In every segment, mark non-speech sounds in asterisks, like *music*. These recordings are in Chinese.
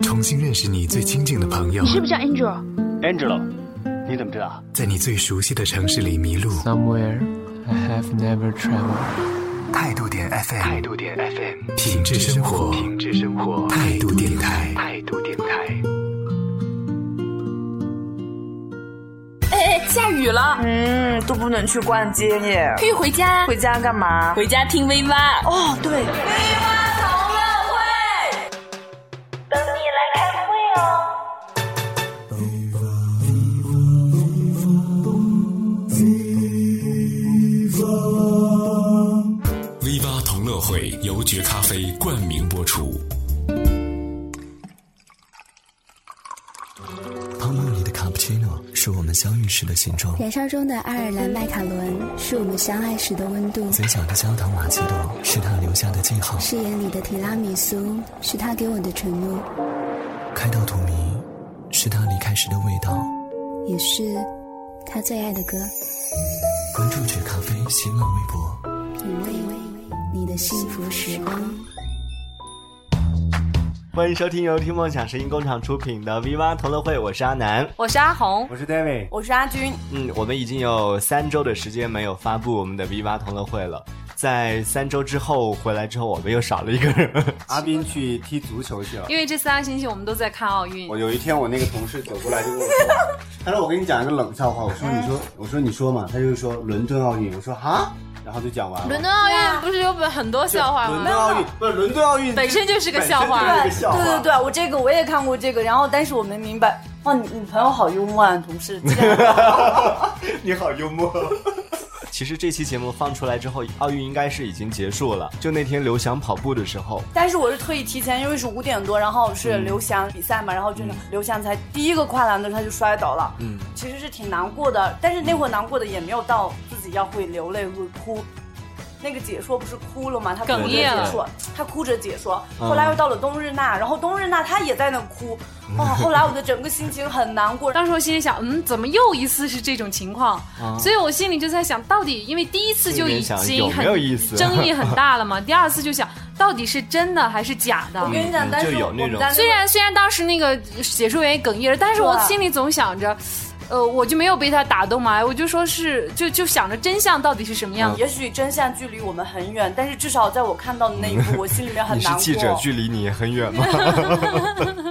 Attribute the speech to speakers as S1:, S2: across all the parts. S1: 重新认识你最亲近的朋友
S2: 你，是不是
S3: 嗯
S2: 叫 Angel？
S3: Angelo，你怎么知道？
S1: 在你最熟悉的城市里迷路。
S4: Somewhere I have never traveled.
S1: 态度点 FM，态度点 FM，品质生活，品质生活，态度电台，态度电台。
S5: 哎哎， *laughs* 下雨了，
S6: 嗯，都不能去逛街耶
S5: 可。以回家，
S6: 回家干嘛？
S5: 回家听 V 八。
S6: 哦，对，
S7: V 八同乐会由绝咖啡冠名播出。
S8: 泡沫里的卡布奇诺是我们相遇时的形状，
S9: 燃烧中的爱尔兰麦卡伦是我们相爱时的温度，
S8: 嘴角的焦糖玛奇朵是他留下的记号，
S9: 誓言里的提拉米苏是他给我的承诺，
S8: 开到荼蘼是他离开时的味道。
S9: 也是他最爱的歌。
S8: 关注绝咖啡新浪微博。
S9: 品味你的幸福时光。
S3: 欢迎收听由听梦想声音工厂出品的 V 八同乐会，我是阿南，
S5: 我是阿红，
S3: 我是 David。
S5: 我是阿军。
S3: 嗯，我们已经有三周的时间没有发布我们的 V 八同乐会了。在三周之后回来之后，我们又少了一个人。
S10: *laughs* 阿斌去踢足球去了。
S11: 因为这三个星期我们都在看奥运
S10: 我，有一天，我那个同事走过来就跟我说，他说我跟你讲一个冷笑话。我说你说，
S11: 嗯
S10: 我说你说嘛，他就说伦敦奥运。我说哈，然后就讲完了。
S11: 伦敦奥运不是有本很多笑话
S10: 伦敦
S11: 吗？
S10: 奥运不是伦敦奥运
S11: 本身就是个笑话
S10: 本身就是个
S5: 对
S10: 笑话
S5: 对对，我这个我也看过这个，然后但是我没明白，哇，你你朋友好幽默啊，同事。这个 *laughs*
S10: *laughs* 你好幽默。
S3: *laughs* 其实这期节目放出来之后，奥运应该是已经结束了。就那天刘翔跑步的时候，
S5: 但是我是特意提前，因为是五点多，然后是刘翔比赛嘛，然后就是刘翔才第一个跨栏的时候他就摔倒了，嗯，其实是挺难过的，但是那会儿难过的也没有到自己要会流泪会哭。那个解说不是哭了吗？他哭
S11: 哽
S5: 着解
S11: 咽了
S5: 说，他哭着解说。后来又到了冬日娜，然后冬日娜她也在那哭，哦，后来我的整个心情很难过。
S11: 当时我心里想，嗯，怎么又一次是这种情况？所以我心里就在想，到底因为第一次就已
S3: 心里
S11: 经
S3: 面想
S11: 很
S3: 有没有意思
S11: 争议很大了嘛，第二次就 *laughs* 想到底是真的还是假的
S5: 我？跟你讲，但是
S3: 嗯就有
S5: 我
S3: 那
S5: 我们
S3: 种
S5: 家
S11: 虽然虽然当时那个解说员也哽咽了，但是我
S2: 啊
S5: 对
S11: 心里总想着，呃，我就没有被他打动嘛，我就说是就就想着真相到底是什么样
S3: 啊嗯
S11: 子。
S5: 也许真相距离我们很远，但是至少在我看到的那一幕，我心里面
S3: *laughs*
S5: 很
S3: 你
S5: 难
S3: 是
S5: 过。
S3: 记者，距离你很远
S11: *laughs*
S3: 吗？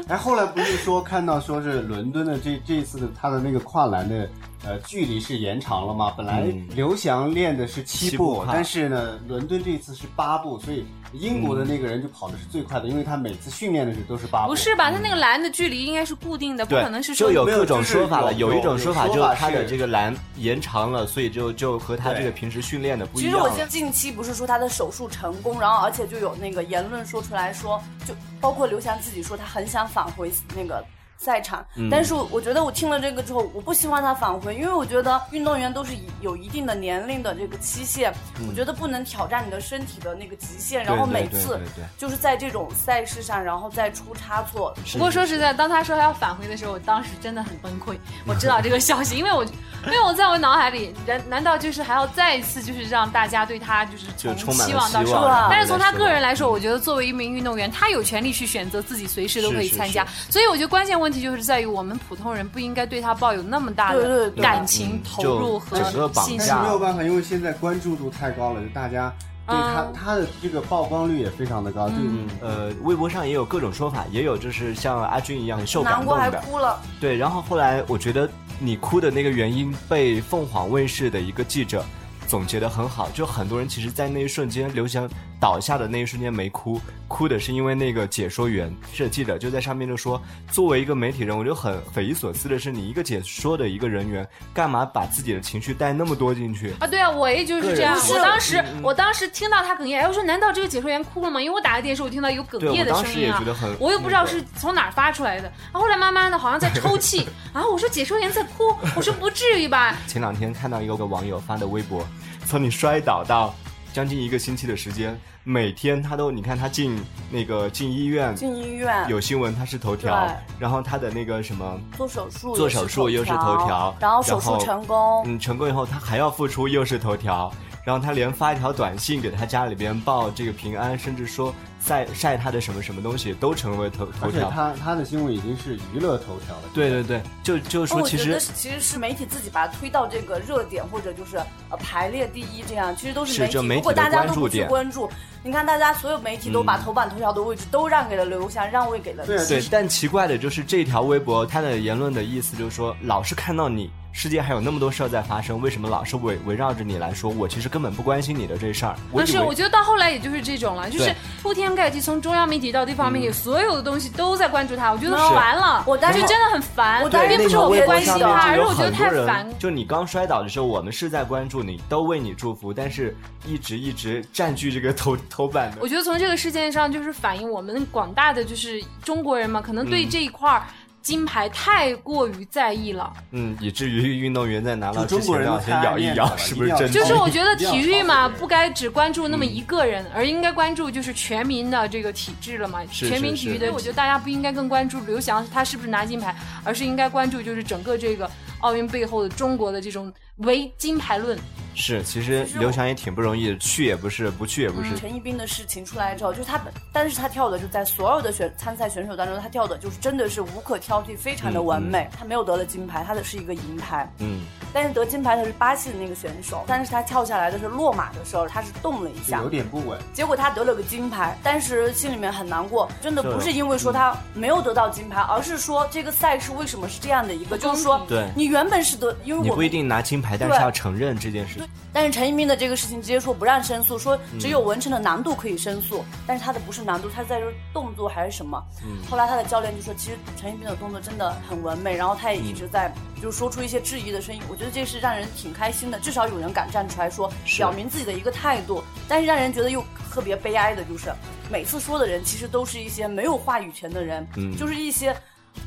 S10: 哎，后来不是说看到说是伦敦的这这次的他的那个跨栏的呃距离是延长了吗？本来
S8: 嗯
S10: 刘翔练的是七
S3: 七
S10: 步，
S3: 步哈
S10: 但是呢，伦敦这次是八步，所以英国的那个人就跑的是最快的，因为他每次训练的时候都是八
S8: 嗯
S10: 步。
S11: 不是吧？他那个栏的距离应该是固定的，不
S3: 对，
S11: 可能是说
S3: 就有
S10: 没有
S3: 各种
S10: 就是
S3: 说法了。
S10: 有
S3: 有一
S10: 有
S3: 种说法
S10: 有
S3: 就是
S10: 说法
S3: 他的
S10: 是
S3: 这个栏延长了，所以就就和他这个平时训练的不一
S5: 其
S3: 样
S5: 实我
S3: 了。
S5: 现在近期不是说他的手术成功，然后而且就有那个言论说出来说，就包括刘翔自己说他很想返回那个。赛场，
S3: 嗯
S5: 但是我觉得我听了这个之后，我不希望他返回，因为我觉得运动员都是有一定的年龄的这个期限，我觉得不能挑战你的身体的那个极限，然后
S3: 嗯对对
S5: 每
S3: 对
S5: 次
S3: 对对
S5: 就是在这种赛事上，然后再出差错，
S11: 不过说实在，当他说他要返回的时候，我当时真的很崩
S3: *laughs*
S11: 溃。我知道这个消息，因为我，因为我在我脑海里，难难道就是还要再一次就是让大家对他就是
S3: 就
S11: 从
S3: 充满
S11: 希
S3: 了
S11: 望到
S3: 希
S11: 失
S3: 望
S11: 望
S5: 啊？
S11: 但是从他个人来说，我觉得作为一名运动员，他有权利去选择自己随时都可以参加。所以我觉得关键问题就是在于我们普通人不应该对他抱有那么大
S5: 对对
S11: 的
S5: 对
S11: 感情
S3: 嗯
S11: 投入和
S3: 就整个绑
S11: 信
S10: 但
S11: 心啊
S10: 是。没有办法，因为现在关注度太高了，就大家对他、
S11: 嗯
S10: 他的这个曝光率也非常的高，就
S3: 呃，微博上也有各种说法，也有就是像阿军一样很受感
S5: 难
S3: 动
S5: 过还
S3: 的。
S5: 哭了。
S3: 对，然后后来我觉得你哭的那个原因被凤凰卫视的一个记者总结的很好，就很多人其实，在那一瞬间，刘翔倒下的那一瞬间没哭，哭的是因为那个解说员是记者就在上面就说，作为一个媒体人，我就很匪夷所思的是，你一个解说的一个人员，干嘛把自己的情绪带那么多进去？
S11: 啊，对啊，我也就是这样。
S3: 对嗯
S11: 我当时，我当时听到他哽咽，哎，我说难道这个解说员哭了吗？因为我打开电视，我听到有哽
S3: 对
S11: 咽
S3: 我
S11: 的
S3: 当
S11: 声
S3: 时
S11: 音
S3: 也
S11: 啊
S3: 觉得很，
S11: 我又不知
S3: 那
S11: 道
S3: 个
S11: 是从哪儿发出来的。啊然后后来慢慢的，好像在抽泣。然后我说解说员在哭，我说不至于吧？
S3: 前两天看到一个网友发的微博，从你摔倒到将近一个星期的时间，每天他都，你看他进那个进医院，
S5: 进医院
S3: 有新闻他是头条
S5: 对，
S3: 然后他的那个什么。
S5: 做手术，
S3: 做手术又是头条嗯
S5: 然后手术成功，
S3: 嗯，成功以后他还要复出，又是头条，然后他连发一条短信给他家里边报这个平安，甚至说晒晒他的什么什么东西，都成为头头
S10: 而且
S3: 条。
S10: 他他的新闻已经是娱乐头条了。
S3: 对对对，就就
S5: 哦
S3: 说
S5: 我
S3: 其
S5: 觉
S3: 实
S5: 得是其实是媒体自己把它推到这个热点，或者就是呃排列第一这样，其实都
S3: 是
S5: 媒体。
S3: 这媒体
S5: 如果大
S3: 的
S5: 家
S3: 关
S5: 都
S3: 注
S5: 不去
S3: 点
S5: 关注，你看大家所有媒体都把
S3: 嗯
S5: 头版头条的位置都让给了刘翔，让位给了
S10: 对啊
S3: 对，但奇怪的就是这条微博他的言论的意思就是说，老是看到你，世界还有那么多事儿在发生，为什么老是围围绕着你来说？我其实根本不关心你的这事儿。我
S11: 但啊
S3: 以
S11: 是
S3: 为
S11: 我觉得到后来也就是这种了，就是
S3: 对嗯
S11: 铺天盖地，从中央媒体到地方媒体，所有的东西都在关注他，我觉得
S3: 是
S11: 烦了，
S5: 我当时
S11: 就真的很烦。
S5: 我当时
S11: 并
S3: 那
S11: 不是
S3: 条
S11: 我
S3: 微
S11: 不
S3: 博
S11: 关
S3: 上
S11: 心
S3: 面
S11: 他，而
S3: 就是有
S11: 我觉得
S3: 很多
S11: 太
S3: 人
S11: 烦。
S3: 就你刚摔倒的时候，我们是在关注你，都为你祝福，但是一直一直占据这个头头版的
S11: 我。觉得从这个事件上，就是反映我们广大的就是中国人嘛，可能对
S3: 嗯
S11: 这一块儿金牌太过于在意了。
S3: 嗯，以至于运动员在拿到
S10: 就
S3: 之
S10: 中国
S3: 前
S10: 人
S3: 要
S10: 的
S3: 先摇一摇，
S10: 太
S3: 是不是
S10: 面子了
S3: 真
S11: 就
S3: 的？
S10: 一定要
S11: 是我觉得体育嘛，
S10: 一定要操
S11: 不该只关注那么
S3: 嗯
S11: 一个人，而应该关注就是全民的这个体制了嘛，
S3: 是
S11: 全民
S3: 是
S11: 体育
S3: 是
S11: 的。我觉得大家不应该更关注刘翔他是不是拿金牌，而是应该关注就是整个这个奥运背后的中国的这种唯金牌论。
S3: 是，其实
S5: 实我
S3: 刘翔也挺不容易的，去也不是，不去也不是。
S5: 嗯
S11: 嗯
S5: 陈一冰的事情出来之后，就是他本，但是他跳的就在所有的选参赛选手当中，他跳的就是真的是无可挑剔，非常的完美。他没有得了金牌，他的是一个银牌，
S3: 嗯，
S5: 但是得金牌的是巴西的那个选手，但是他跳下来的是落马的时候，他是动了一
S10: 就
S5: 下
S10: 有，点不稳。
S5: 结果他得了个金牌，但是心里面很难过，真的
S3: 是
S5: 不是因为说他没有得到金牌，而是说这个赛事为什么是这样的一个，
S11: 公
S5: 就
S11: 平
S5: 是说
S3: 对
S5: 你原本是得，因为
S3: 你
S5: 我
S3: 不一
S5: 们
S3: 定拿金牌，但是
S5: 对
S3: 要承认这件事情。
S5: 但是陈一鸣的这个事情直接说不让申诉，说
S3: 嗯
S5: 只有文成的难度可以申诉，但是他的不是难度，他在这动作还是什么。
S3: 嗯
S5: 后来他的教练就说，其实陈一鸣的动作真的很完美，然后他也一直在
S3: 嗯
S5: 就是说出一些质疑的声音，我觉得这是让人挺开心的，至少有人敢站出来说，
S3: 是
S5: 表明自己的一个态度。但是让人觉得又特别悲哀的就是，每次说的人其实都是一些没有话语权的人，
S3: 嗯
S5: 就是一些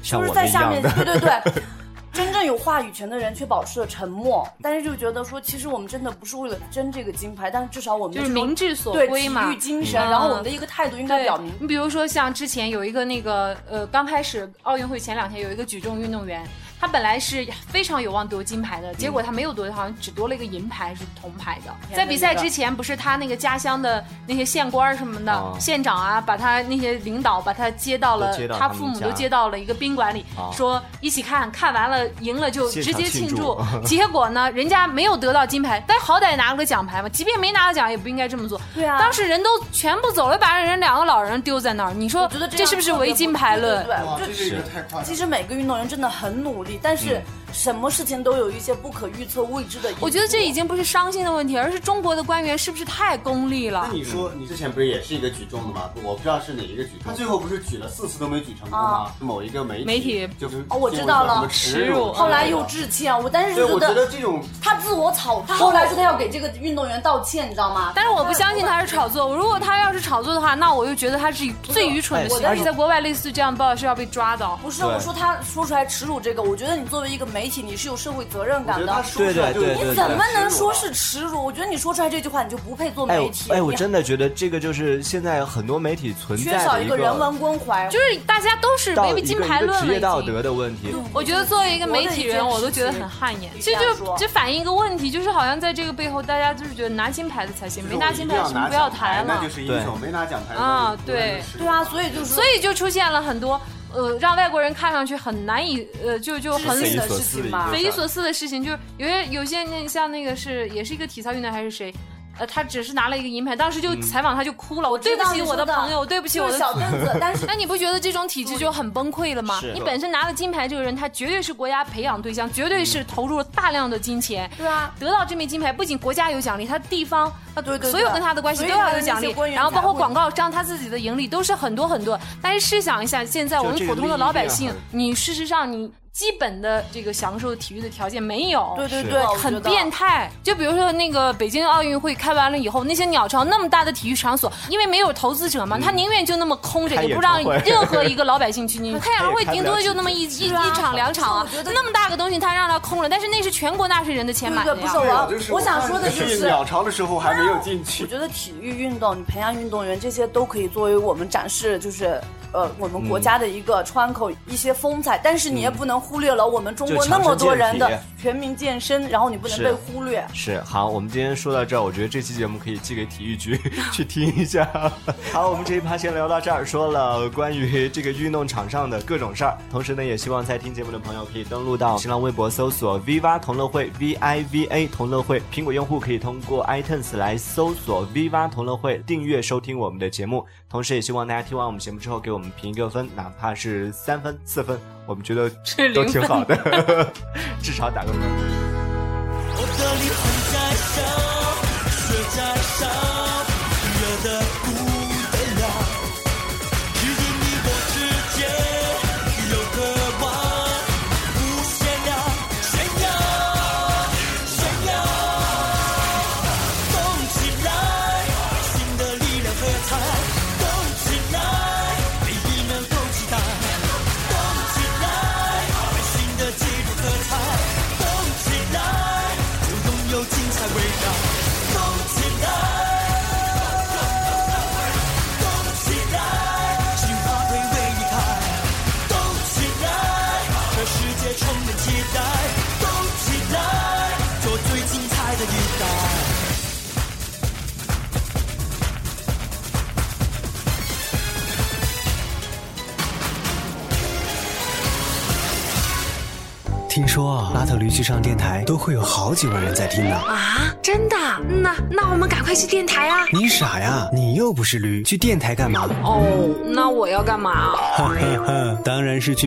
S3: 像
S5: 就是
S3: 我
S5: 在
S3: 们一
S5: 下
S3: 样
S5: 面，
S3: 的
S5: 对对
S3: *laughs*
S5: 对，真正有话语权的人却保持了沉默，但是就觉得说，其实我们真的不是为了争这个金牌，但是至少我们
S11: 就是
S5: 说
S11: 民智所
S5: 对
S11: 归
S5: 体
S11: 嘛
S5: 育精神，
S11: 嗯
S5: 然后我们的一个态度应该
S11: 对
S5: 表明，
S11: 你比如说像之前有一个那个呃，刚开始奥运会前两天有一个举重运动员，他本来是非常有望夺金牌的，结果他没有夺，好像只夺了一个银牌，是铜牌的。
S5: 天哪
S11: 在比赛之前，不是他那个家乡的那些县官儿什么的、
S3: 哦
S11: 县长啊，把他那些领导把他接到了，
S3: 都接到
S11: 他
S3: 他们
S11: 父母
S3: 家
S11: 都接到了一个宾馆里，
S3: 哦
S11: 说一起看看完了赢了就
S3: 现
S11: 直
S3: 场
S11: 接
S3: 庆
S11: 庆
S3: 祝
S11: 祝。
S5: *laughs*
S11: 结果呢，人家没有得到金牌，但好歹拿了个奖牌嘛，即便没拿到奖，也不应该这么做。
S5: 对啊
S11: 当时人都全部走了，把人两个老人丢在那儿，你
S5: 我
S11: 说
S5: 觉得样
S11: 是不是
S5: 特别
S11: 违金牌论？
S5: 对对对，我觉得
S10: 这个太快
S5: 其实每个运动员真的很努力，但是
S10: 嗯
S5: 什么事情都有一些不可预测、未知的因素。
S11: 我觉得这已经不是伤心的问题，而是中国的官员是不是太功利
S10: 那
S11: 了？
S5: 嗯
S10: 你说，你之前不是也是一个举重的吗？我不知道是哪一个举嗯重，他最后不是举了四次都没举成功吗？某一个媒体
S11: 媒体
S10: 就是
S5: 哦我知道了
S10: 什么耻
S11: 耻辱
S10: 辱，啊
S5: 后来又。致歉，我但是
S10: 对，
S5: 觉
S10: 我觉
S5: 得
S10: 得这种
S5: 他自我炒，他后来说他要给这个运动员道歉，你知道吗？
S11: 但是我不相信他是炒作。如果他要是炒作的话，那我就觉得他是最愚蠢的
S3: 我
S11: 行为。在国外类似这样的报道是要被抓的。
S5: 不是，
S3: 对
S5: 我说他说出来耻辱这个，我觉得你作为一个媒体，你是有社会责任
S10: 我
S5: 感
S10: 觉得他
S5: 的。
S10: 说出来就
S3: 对对
S5: 你
S3: 对
S5: 怎么能说是耻辱？我觉得你说出来这句话，你就不配做
S3: 哎
S5: 媒
S3: 我
S5: 体。
S3: 哎，我
S5: 你
S3: 真的觉得这个就是现在很多媒体存
S5: 缺
S3: 在
S5: 少
S3: 的
S5: 一
S3: 个
S5: 个人文关怀。
S11: 就是大家都是
S3: 道
S11: 违背
S3: 一
S11: 金
S3: 个
S11: 牌
S3: 一个
S11: 论
S3: 职
S11: 了
S3: 业
S11: 已
S3: 道
S11: 经。
S3: 德的问题。
S11: 我觉得作为一个媒体人，我都觉得很汗颜。其实就就反映一个问题，就是好像在这个背后，大家就是觉得拿金牌的才行，没拿金牌什么不要谈
S10: 那
S11: 了
S10: 就。是英雄；没拿奖牌，
S11: 啊
S10: 那就是无人的耻辱
S5: 对啊，所以就是
S11: 所以就出现了很多呃，让外国人看上去很难以呃，就就很
S5: 自
S3: 匪
S5: 信
S3: 夷
S5: 的
S3: 所
S5: 事
S3: 思的
S5: 情
S3: 一
S5: 嘛
S3: 个
S11: 匪
S3: 事
S11: 夷
S3: 儿
S11: 所思的事情，就是有些有些那像那个是也是一个体操运动员还是谁，呃，他只是拿了一个银牌，当时就采访他就哭了，我对
S5: 知
S11: 不
S5: 道
S11: 起
S5: 你
S11: 我的
S5: 说的
S11: 朋友，对不起
S5: 就
S11: 我的
S5: 是小凳子，但是
S11: *laughs* 那你不觉得这种体制就很崩溃了吗
S3: 是？
S11: 你本身拿了金牌，这个人他绝对是国家培养对象，绝对是投入了大量的金钱。
S5: 对啊
S11: 得到这枚金牌，不仅国家有奖励，他地方他
S5: 对对啊
S11: 所有跟他的关系
S5: 所
S11: 都
S5: 以
S11: 要
S5: 他
S11: 有
S5: 的
S11: 奖
S5: 那
S11: 励
S5: 些官，员
S11: 然后包括
S5: 才会
S11: 广告商他自己的盈利都是很多很多。但是试想一下，现在我们
S3: 就这个
S11: 普通的老百
S3: 利
S11: 姓
S3: 益啊，
S11: 你事实上你基本的这个享受体育的条件没有，
S5: 对对
S3: 是
S5: 对，
S11: 很变。态。就比如说那个北京奥运会开完了以后，那些鸟巢那么大的体育场所，因为没有投资者嘛，他宁愿就那么空着，
S3: 开
S11: 也不
S3: 演唱
S11: 让
S3: 会
S11: 任何一个老百姓去进去。开演唱会
S3: 开不
S11: 顶
S3: 了
S11: 多
S3: 几
S11: 就那么一一
S5: 啊
S11: 一场两场啊
S5: 我觉，得
S11: 那么大个东西他让它空了，但是那是全国纳税人的钱
S5: 对
S11: 买
S5: 对，
S11: 的
S5: 不
S11: 呀
S5: 是。我
S10: 对
S5: 要
S10: 啊就是，
S5: 我想说的就
S10: 去
S5: 是，
S10: 鸟巢的时候还没有进
S5: 我
S10: 去，
S5: 觉得体育运动，你培养运动员，这些都可以作为我们展示，就是呃我们国家的一个窗口、一些风采，但是你也不能忽略了我们中国那么多人
S3: 就强
S5: 的
S3: 身
S5: 全民健身，然后你不能
S3: 是
S5: 被忽略。
S3: 是好，我们今天说到这儿，我觉得这期节目可以寄给体育局 *laughs* 去听一下。 *laughs* 好，我们这一趴先聊到这儿，说了关于这个运动场上的各种事儿，同时呢，也希望在听节目的朋友可以登录到新浪微博搜索 “Viva 同乐会 ”V I V A 同乐会，苹果用户可以通过 iTunes 来搜索 “Viva 同乐会”订阅收听我们的节目，同时也希望大家听完我们节目之后给我们评一个分，哪怕是三分、四分，我们觉得
S11: 是
S3: 都
S11: 零
S3: 挺
S11: 分
S3: 好的， *laughs* 至少打个分。
S8: 听说啊，拉特驴去上电台都会有好几万人在听呢。
S2: 啊，真的？嗯呐，那我们赶快去电台啊！
S8: 你傻呀？你又不是驴，去电台干嘛？
S2: 哦，那我要干嘛？
S8: 哈哈哈， *laughs* 当然是去。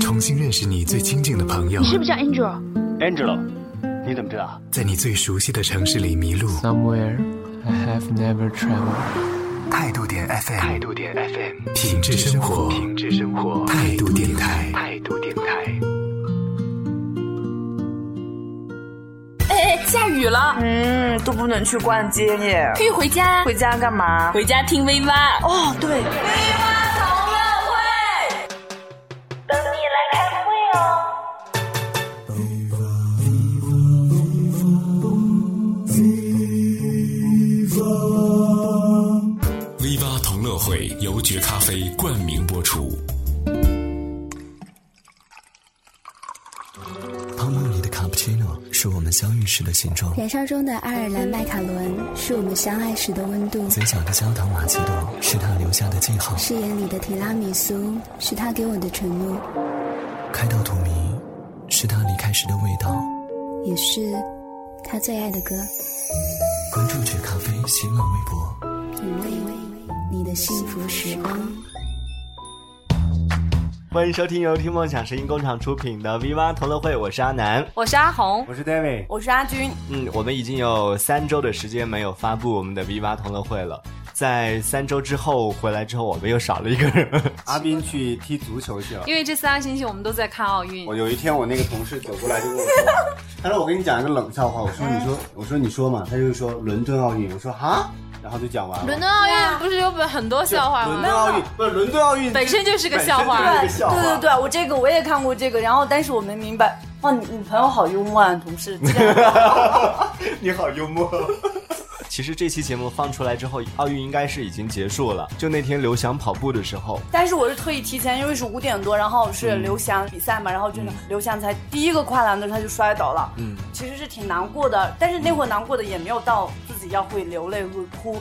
S1: 重新认识你最亲近的朋友，
S2: 是叫 Angel？
S12: Angelo，你怎么知道？
S1: 在你最熟悉的城市里迷路。
S4: Somewhere I have never traveled.
S1: 态度点 FM，态度点 FM，品质生活，品质生活，态度电台，态度电台。
S6: 哎哎，下雨了，嗯，都不能去逛街耶，
S5: 可以回家
S6: 回家干嘛？
S13: 回家听 V 八
S6: 哦，对，
S7: V 八同乐会由觉咖啡冠名播出。
S8: 泡沫里的卡布奇诺是我们相遇时的形状，
S9: 燃烧中的爱尔兰麦卡伦是我们相爱时的温度，
S8: 嘴角的焦糖玛奇朵是他留下的记号，
S9: 誓言里的提拉米苏是他给我的承诺，
S8: 开到荼蘼是他离开时的味道。
S9: 也是他最爱的歌。
S8: 关注觉咖啡新浪微博。
S9: 品味你的幸福时光。
S3: 欢迎收听由听梦想声音工厂出品的 V 八同乐会，我是阿南。
S11: 我是阿红，
S10: 我是 David，
S5: 我是阿军，
S3: 嗯，我们已经有三周的时间没有发布我们的 V 八同乐会了，在三周之后回来之后，我们又少了一个人。
S11: *laughs*
S10: 阿斌去踢足球去了。
S11: 因为这三个星期我们都在看奥运
S10: 我。有一天，我那个同事走过来就跟我说， *laughs* 他说我跟你讲一个冷笑话，我说你说，我说你说嘛，他就说伦敦奥运，我说哈，然后就讲完了。
S11: 伦敦奥运不是有本很多笑话吗？
S10: 伦敦奥运不是伦敦奥运
S11: 本身就是个笑话
S5: 对
S10: 本身就是个笑话
S5: 对对对，我这个我也看过这个，然后但是我没明白，哇，你你朋友好幽默啊，同事，
S3: *laughs*
S10: *laughs*
S3: 你好幽默。其实这期节目放出来之后，奥运应该是已经结束了。就那天刘翔跑步的时候，
S5: 但是我是特意提前，因为是五点多，然后是刘翔比赛嘛，然后真的刘翔才第一个跨栏的时候他就摔倒了，
S3: 嗯，
S5: 其实是挺难过的，但是那会儿难过的也没有到自己要会流泪会哭。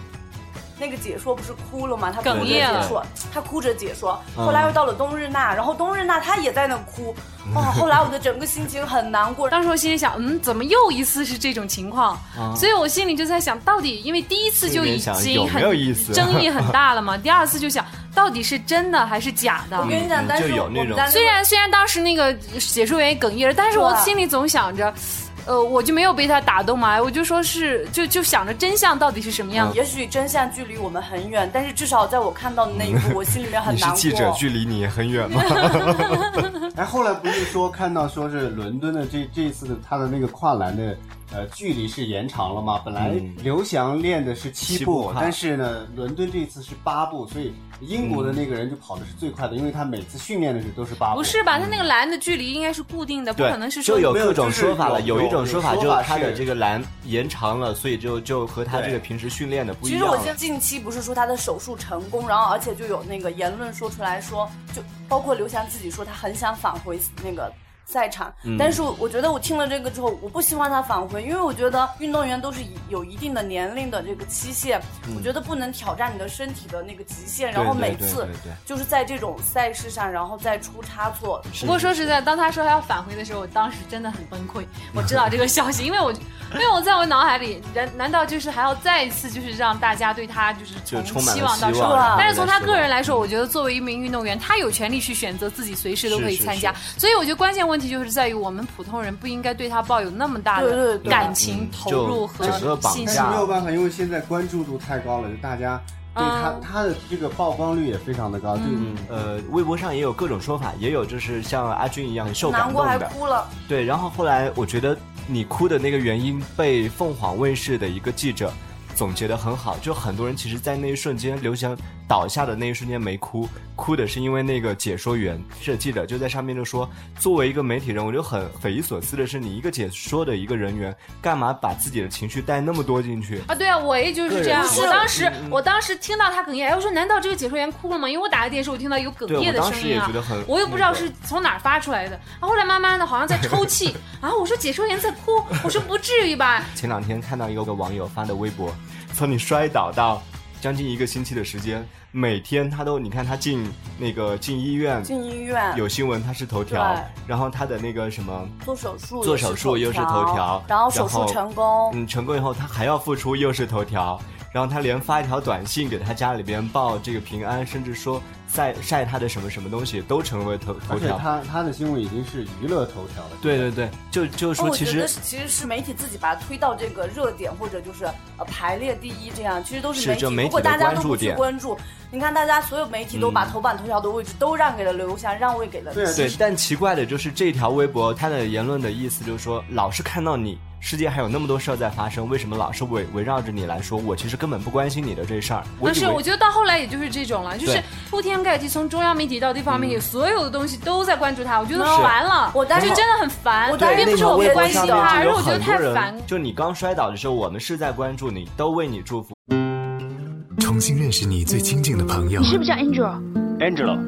S5: 那个解说不是哭了吗？他
S11: 哽
S5: 哭着
S11: 咽了
S5: 解说，他哭着解说。
S11: 嗯
S5: 后来又到了冬日娜，然后冬日娜她也在那哭，哦，后来我的整个心情很难过。
S11: 当时我心里想，嗯，怎么又一次是这种情况？
S3: 啊
S11: 所以我心里就在想，到底因为第一次就已
S3: 有 *laughs* 点想有
S11: 经
S3: 没
S11: 很
S3: 有意思
S11: 争议很大了嘛， *laughs* 第二次就想到底是真的还是假的？
S3: 我跟你讲嗯但是就有那种我们单
S11: 虽然虽然当时那个解说员也哽咽了，但是我
S5: 对
S11: 心里总想
S3: 嗯
S11: 着。呃，我就没有被他打动嘛，我就说是，就就想着真相到底是什么样
S13: 嗯
S3: 嗯
S5: 也许真相距离我们很远，但是至少在我看到的那一
S3: 嗯
S5: *laughs* 幕，我心里面很
S3: 你
S5: 难
S3: 是记
S5: 过。
S3: 者，距离你也很远吗？
S10: 哎，后来不是说看到说是伦敦的这这一次的他的那个跨栏的呃距离是延长了嘛。本来
S3: 嗯
S10: 刘翔练的是七
S3: 七
S10: 步，
S3: 步快
S10: 但是呢，伦敦这次是八步，所以英国的那个人就跑的是最快的，因为他每次训练的时候都是八步。
S11: 不是吧？他那个栏的距离应该是固定的，不
S3: 对，
S11: 可能是说
S3: 就有
S11: 你
S3: 各种说法了，
S10: 没有就是
S3: 一种
S10: 有
S3: 说法
S10: 有
S3: 就是
S10: 说法
S3: 他的
S10: 是
S3: 这个栏延长了，所以就就和他这个平时训练的不一
S5: 其
S3: 样
S5: 实我
S3: 了。
S5: 近近期不是说他的手术成功，然后而且就有那个言论说出来说，就包括刘翔自己说他很想返回那个赛场，
S13: 嗯
S5: 但是我觉得我听了这个之后，我不希望他返回，因为我觉得运动员都是有一定的年龄的这个期限，
S13: 嗯
S5: 我觉得不能挑战你的身体的那个极限，
S13: 对
S5: 然后
S13: 对
S5: 每
S13: 对
S5: 次
S13: 对对
S5: 就是在这种赛事上，然后再出差错。
S11: 不过说实在，当他说他要返回的时候，我当时真的很崩
S3: *laughs*
S11: 溃。我知道这个消息，因为我，因为我在我脑海里，难难道就是还要再一次就是让大家对他就是
S3: 就
S11: 从
S3: 充满了
S11: 希望到
S3: 希
S11: 失
S3: 望
S11: 望？
S3: 对
S11: 但是从他
S3: 希
S11: 个
S3: 望
S11: 人来说，我觉得作为一名运动员，他有权利去选择自己随时都
S3: 是
S11: 可以
S3: 是
S11: 参加。所以我觉得关键问题就是在于我们普通人不应该对他抱有那么大
S5: 对
S11: 的
S5: 对对
S11: 感情
S10: 嗯
S11: 投
S10: 就
S11: 入和
S3: 整个绑
S11: 信
S10: 但
S11: 心
S10: 是。没有办法，因为现在关注度太高了，就大家对他、
S11: 嗯
S10: 他的这个曝光率也非常的高，就
S3: 嗯，呃，微博上也有各种说法，也有就是像阿军一样很受感
S5: 难
S3: 动
S5: 过还
S3: 的，
S5: 哭了，
S3: 对，然后后来我觉得你哭的那个原因被凤凰卫视的一个记者总结的很好，就很多人其实，在那一瞬间，刘翔倒下的那一瞬间没哭，哭的是因为那个解说员。这记者就在上面就说，作为一个媒体人，我就很匪夷所思的是，你一个解说的一个人员，干嘛把自己的情绪带那么多进去？
S11: 啊，对啊，我也就是这样。
S3: 对
S11: 我
S3: 是
S11: 当时，我当时听到他哽咽，哎，我说难道这个解说员哭了吗？因为我打开电视，我听到有哽咽的
S3: 对我当
S11: 声
S3: 时
S11: 音
S3: 也
S11: 啊
S3: 觉得很，
S11: 我又不知道
S3: 那个
S11: 是从哪儿发出来的。然后后来慢慢的，好像在抽
S3: *laughs*
S11: 泣。然后我说解说员在哭，我说不至于吧？
S3: 前两天看到一个网友发的微博，从你摔倒到将近一个星期的时间，每天他都你看他进那个进医院，
S5: 进医院
S3: 有新闻他是头条
S5: 对，
S3: 然后他的那个什么。
S5: 做手术
S3: 做
S5: 也是
S3: 手术又是头条，
S5: 然后手术成功，
S3: 嗯，成功以后他还要复出，又是头条，然后他连发一条短信给他家里边报这个平安，甚至说晒晒他的什么什么东西，都成为头头
S10: 而且
S3: 条。
S10: 他他的新闻已经是娱乐头条了。
S3: 对对对，就就
S5: 哦
S3: 说
S5: 我
S3: 其
S5: 觉
S3: 实、
S5: 得是其实是媒体自己把它推到这个热点，或者就是呃排列第一这样，其实都
S3: 是
S5: 媒体。
S3: 这媒
S5: 如果
S3: 体的
S5: 大家
S3: 关
S5: 都
S3: 注
S5: 不去
S3: 点
S5: 关注，你看大家所有媒体都把
S3: 嗯
S5: 头版头条的位置都让给了刘翔，让位给了
S3: 对，啊但奇怪的就是这条微博它的言论的意思就是说，老是看到你，世界还有那么多事儿在发生，为什么老是围围绕着你来说？我其实根本不关心你的这事儿。
S11: 但是
S3: 以为
S11: 我觉得到后来也就是这种了，就是
S3: 对嗯
S11: 铺天盖地，从中央媒体到地方媒体，所有的东西都在关注他，我觉得
S3: 是
S11: 烦了，
S5: 我当时
S11: 就真的很烦。
S5: 我当时
S11: 并不是我
S3: 微
S11: 不
S3: 博
S11: 关心
S3: 上面
S11: 他，而
S3: 就是有
S11: 我觉得
S3: 很多
S11: 太
S3: 人
S11: 烦。
S3: 就你刚摔倒的时候，我们是在关注你，都为你祝福。
S1: 重新认识你最亲近的朋友
S13: 你，是不是叫 Angel？
S12: Angelo，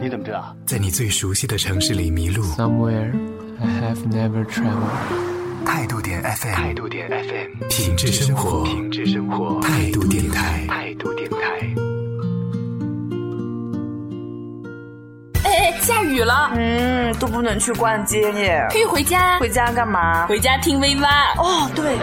S12: 你怎么知道？
S1: 在你最熟悉的城市里迷路。
S4: Somewhere I have never traveled.
S1: 态度点 FM，态度点 FM，品质生活，品质生活，态度电台，态度电台。
S6: 哎，下雨了，嗯，都不能去逛街耶可以回家，回家干嘛？回家听 V 八。哦，对，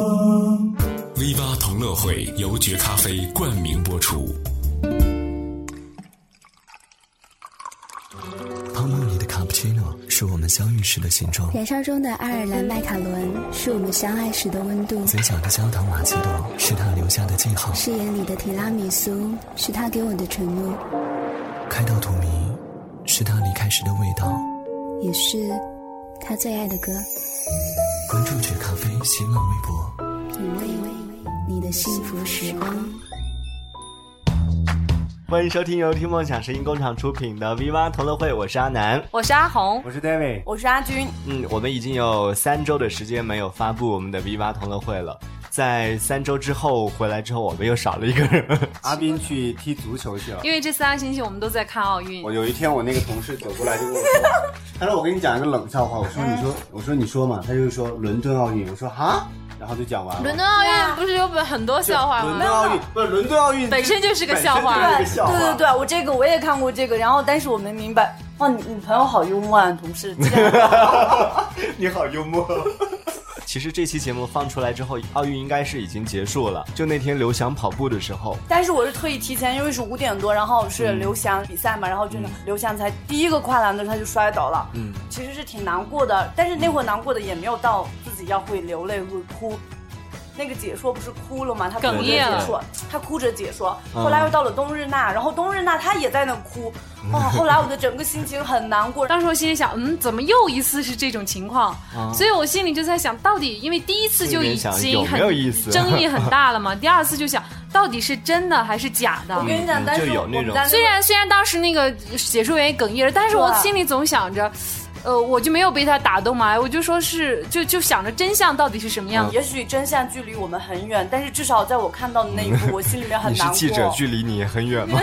S7: V 八同乐会由觉咖啡冠名播出。
S14: 泡沫里的卡布奇诺是我们相遇时的形状，
S9: 燃烧中的爱尔兰麦卡伦是我们相爱时的温度，
S14: 嘴角的焦糖玛奇朵是他留下的记号，
S9: 誓言里的提拉米苏是他给我的承诺，
S14: 开到荼蘼是他离开时的味道。
S9: 也是他最爱的歌。
S14: 关注觉咖啡新浪微博。
S9: 品味你的幸福时光。
S3: 欢迎收听由听梦想声音工厂出品的 V 八同乐会，我是阿南。
S11: 我是阿红，
S10: 我是 David，
S5: 我是阿
S10: *laughs*
S5: 军，
S3: 嗯，我们已经有三周的时间没有发布我们的 V 八同乐会了，在三周之后回来之后，我们又少了一个人。
S10: 阿斌去踢足球去了。
S11: 因为这三个星期我们都在看奥运
S10: 我。有一天，我那个同事走过来就跟我说，他说我跟你讲一个冷笑话，我说你
S11: 嗯
S10: 说，我说你说嘛，他就说伦敦奥运，我说哈，然后就讲完了。
S11: 伦敦奥
S5: 啊
S11: 运不是有本很多笑话吗？
S10: 伦敦奥运不是伦敦奥运
S11: 哦本身就是个笑话
S10: 本身就是个笑
S5: 对
S10: 话
S5: 对对，我这个我也看过这个，然后但是我没明白，哇，你你朋友好幽默啊，同事，这样
S10: *laughs*
S3: 你好幽默。其实这期节目放出来之后，奥运应该是已经结束了。就那天刘翔跑步的时候，
S5: 但是我是特意提前，因为是五点多，然后是
S3: 嗯
S5: 刘翔比赛嘛，然后就是
S3: 嗯
S5: 刘翔才第一个跨栏的时候他就摔倒了，
S3: 嗯，
S5: 其实是挺难过的，但是那会儿难过的也没有到自己要会流泪会哭，那个解说不是哭了吗？他
S11: 哽
S5: 哭着
S11: 咽
S5: 解
S11: 了
S5: 说，他哭着解说。
S11: 嗯
S5: 后来又到了冬日娜，然后冬日娜她也在那哭。哦，
S3: *laughs*
S5: 后来我的整个心情很难过。
S11: 当时我心里想，嗯，怎么又一次是这种情况？
S3: 啊
S11: 所以我心里就在想，到底因为第一次就已
S3: 有点
S11: 经
S3: 想
S11: 很
S3: 有没有意思
S11: 争议很大
S3: *laughs*
S11: 了嘛，第二次就想到底是真的还是假的？
S3: 我跟你讲嗯但是就有那种我们家那嗯个
S11: 虽然虽然当时那个解说员也哽咽了，但是我
S5: 对
S11: 心里总想
S3: 嗯
S11: 着。呃，我就没有被他打动嘛，我就说是，就就想着真相到底是什么样
S3: 嗯
S11: 子。
S5: 也许真相距离我们很远，但是至少在我看到的那一
S10: 嗯
S5: 步，我心里面
S3: *laughs*
S5: 很
S10: 你是
S5: 难过。
S10: 记者
S3: 距离你也很
S11: *laughs*
S3: 远
S10: 吗？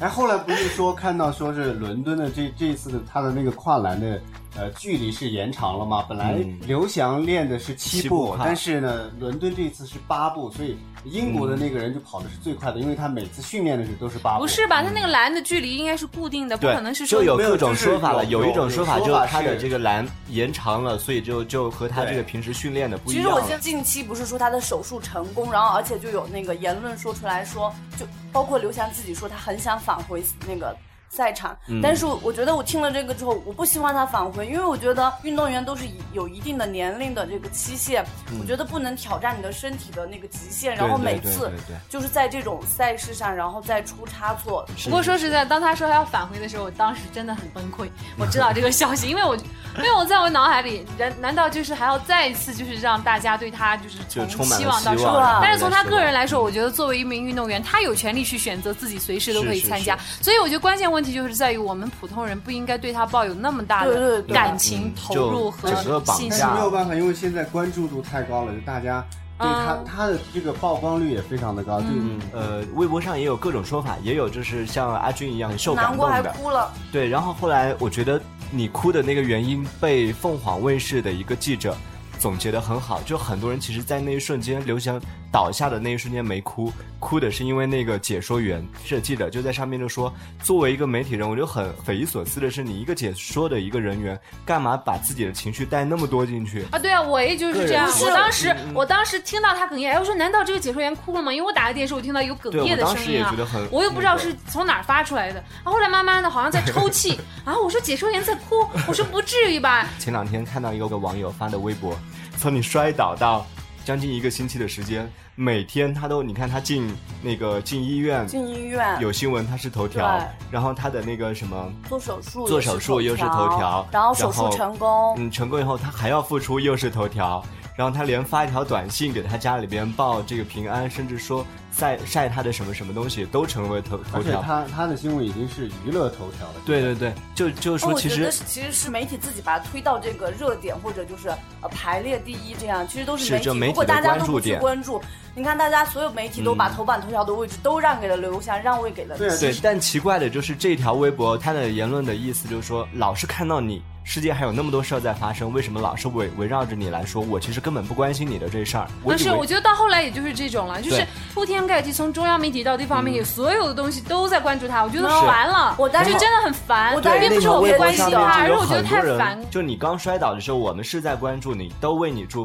S10: 哎，后来不是说看到说是伦敦的这这次的他的那个跨栏的呃距离是延长了吗？本来
S3: 嗯
S10: 刘翔练的是七
S3: 七
S10: 步，
S3: 步跨
S10: 但是呢，伦敦这次是八步，所以英国的
S3: 嗯
S10: 那个人就跑的是最快的，因为他每次训练的时候都是八步。
S11: 不是吧？他那个栏的距离应该是固定的，不
S3: 对，
S11: 可能是说
S3: 就有
S11: 你
S3: 各种说法了，
S10: 没有就是
S3: 一种
S10: 有
S3: 说法
S10: 有
S3: 就
S10: 说法
S3: 他的
S10: 是
S3: 这个栏延长了，所以就就和他这个平时训练的不一
S5: 其
S3: 样
S5: 实我
S3: 了。
S5: 现近期不是说他的手术成功，然后而且就有那个言论说出来说，就包括刘翔自己说他很想返回那个赛场，
S2: 嗯
S5: 但是我觉得我听了这个之后，我不希望他返回，因为我觉得运动员都是有一定的年龄的这个期限，
S2: 嗯
S5: 我觉得不能挑战你的身体的那个极限，
S2: 对
S5: 然后
S2: 对
S5: 每
S2: 对
S5: 次
S2: 对对
S5: 就是在这种赛事上，然后再出差错。
S11: 不过说实在，当他说他要返回的时候，我当时真的很崩
S3: *laughs*
S11: 溃。我知道这个消息，因为我，因为我在我脑海里，难难道就是还要再一次就是让大家对他就是
S3: 就
S11: 从
S3: 充满了
S11: 希望到
S3: 希
S11: 失
S3: 望
S11: 望？
S3: 对
S11: 但是从他
S3: 对
S11: 个人来说，我觉得作为一名运动员，他有权利去选择自己随时都可以
S3: 是是
S11: 参加。所以我觉得关键问题就是在于我们普通人不应该对他抱有那么大
S10: 对
S11: 的
S10: 对对
S11: 感
S3: 嗯
S11: 情投入和信
S10: 但
S11: 心
S10: 是。没有办法，因为现在关注度太高了，就大家对他、
S11: 嗯
S10: 他的这个曝光率也非常的高，就
S3: 嗯，呃，微博上也有各种说法，也有就是像阿军一样很受
S5: 难
S3: 感
S5: 过
S3: 动
S5: 还
S3: 的，
S5: 哭了，
S3: 对。然后后来我觉得你哭的那个原因被凤凰卫视的一个记者总结的很好，就很多人其实，在那一瞬间，刘翔倒下的那一瞬间没哭，哭的是因为那个解说员。这记者就在上面就说，作为一个媒体人，我就很匪夷所思的是，你一个解说的一个人员，干嘛把自己的情绪带那么多进去？
S11: 啊，对啊，我也就是这样
S3: 个人。情
S11: 我
S3: 绪
S11: 当时，
S3: 嗯
S11: 我当时听到他哽咽，哎我说难道这个解说员哭了吗？因为我打开电视，我听到有哽
S3: 对
S11: 咽的
S3: 我当
S11: 声
S3: 时
S11: 音
S3: 也
S11: 啊
S3: 觉得很，
S11: 我又不知道
S3: 那个
S11: 是从哪儿发出来的。然后后来慢慢的，好像在抽
S3: *laughs*
S11: 泣。然后我说解说员在哭，我说不至于吧？
S3: 前两天看到一个网友发的微博，从你摔倒到将近一个星期的时间，每天他都，你看他进那个进医院，
S5: 进医院
S3: 有新闻他是头条
S5: 对，
S3: 然后他的那个什么。
S5: 做手术
S3: 做
S5: 也是
S3: 手术又是头条，
S5: 然后手术成功，
S3: 嗯，成功以后他还要复出，又是头条，然后他连发一条短信给他家里边报这个平安，甚至说晒晒他的什么什么东西，都成为头头
S10: 而且
S3: 条。
S10: 他他的新闻已经是娱乐头条了。
S3: 对对对，就就
S5: 哦
S3: 说
S5: 我
S3: 其
S5: 觉
S3: 实、
S5: 得是其实是媒体自己把它推到这个热点，或者就是呃排列第一这样，其实都
S3: 是
S5: 媒体。
S3: 这媒
S5: 如果
S3: 体的
S5: 大家
S3: 关
S5: 都
S3: 注
S5: 不去
S3: 点
S5: 关注，你看大家所有媒体都把
S3: 嗯
S5: 头版头条的位置都让给了刘翔，让位给了
S3: 对但奇怪的就是这条微博他的言论的意思就是说，老是看到你，世界还有那么多事儿在发生，为什么老是围围绕着你来说？我其实根本不关心你的这事儿。
S11: 但是
S3: 以为
S11: 我觉得到后来也就是这种了，就是
S3: 对嗯
S11: 铺天盖地，从中央媒体到地方媒体，所有的东西都在关注他，我觉得
S3: 是啊
S11: 烦了，
S5: 我当时
S11: 就真的很烦。
S5: 我当时
S11: 并不是我
S3: 微
S11: 不
S3: 博
S11: 关心
S3: 上面
S11: 他，而
S3: 就是有
S11: 我觉得
S3: 很多
S11: 太
S3: 人
S11: 烦。
S3: 就你刚摔倒的时候，我们是在关注你，都为你祝福。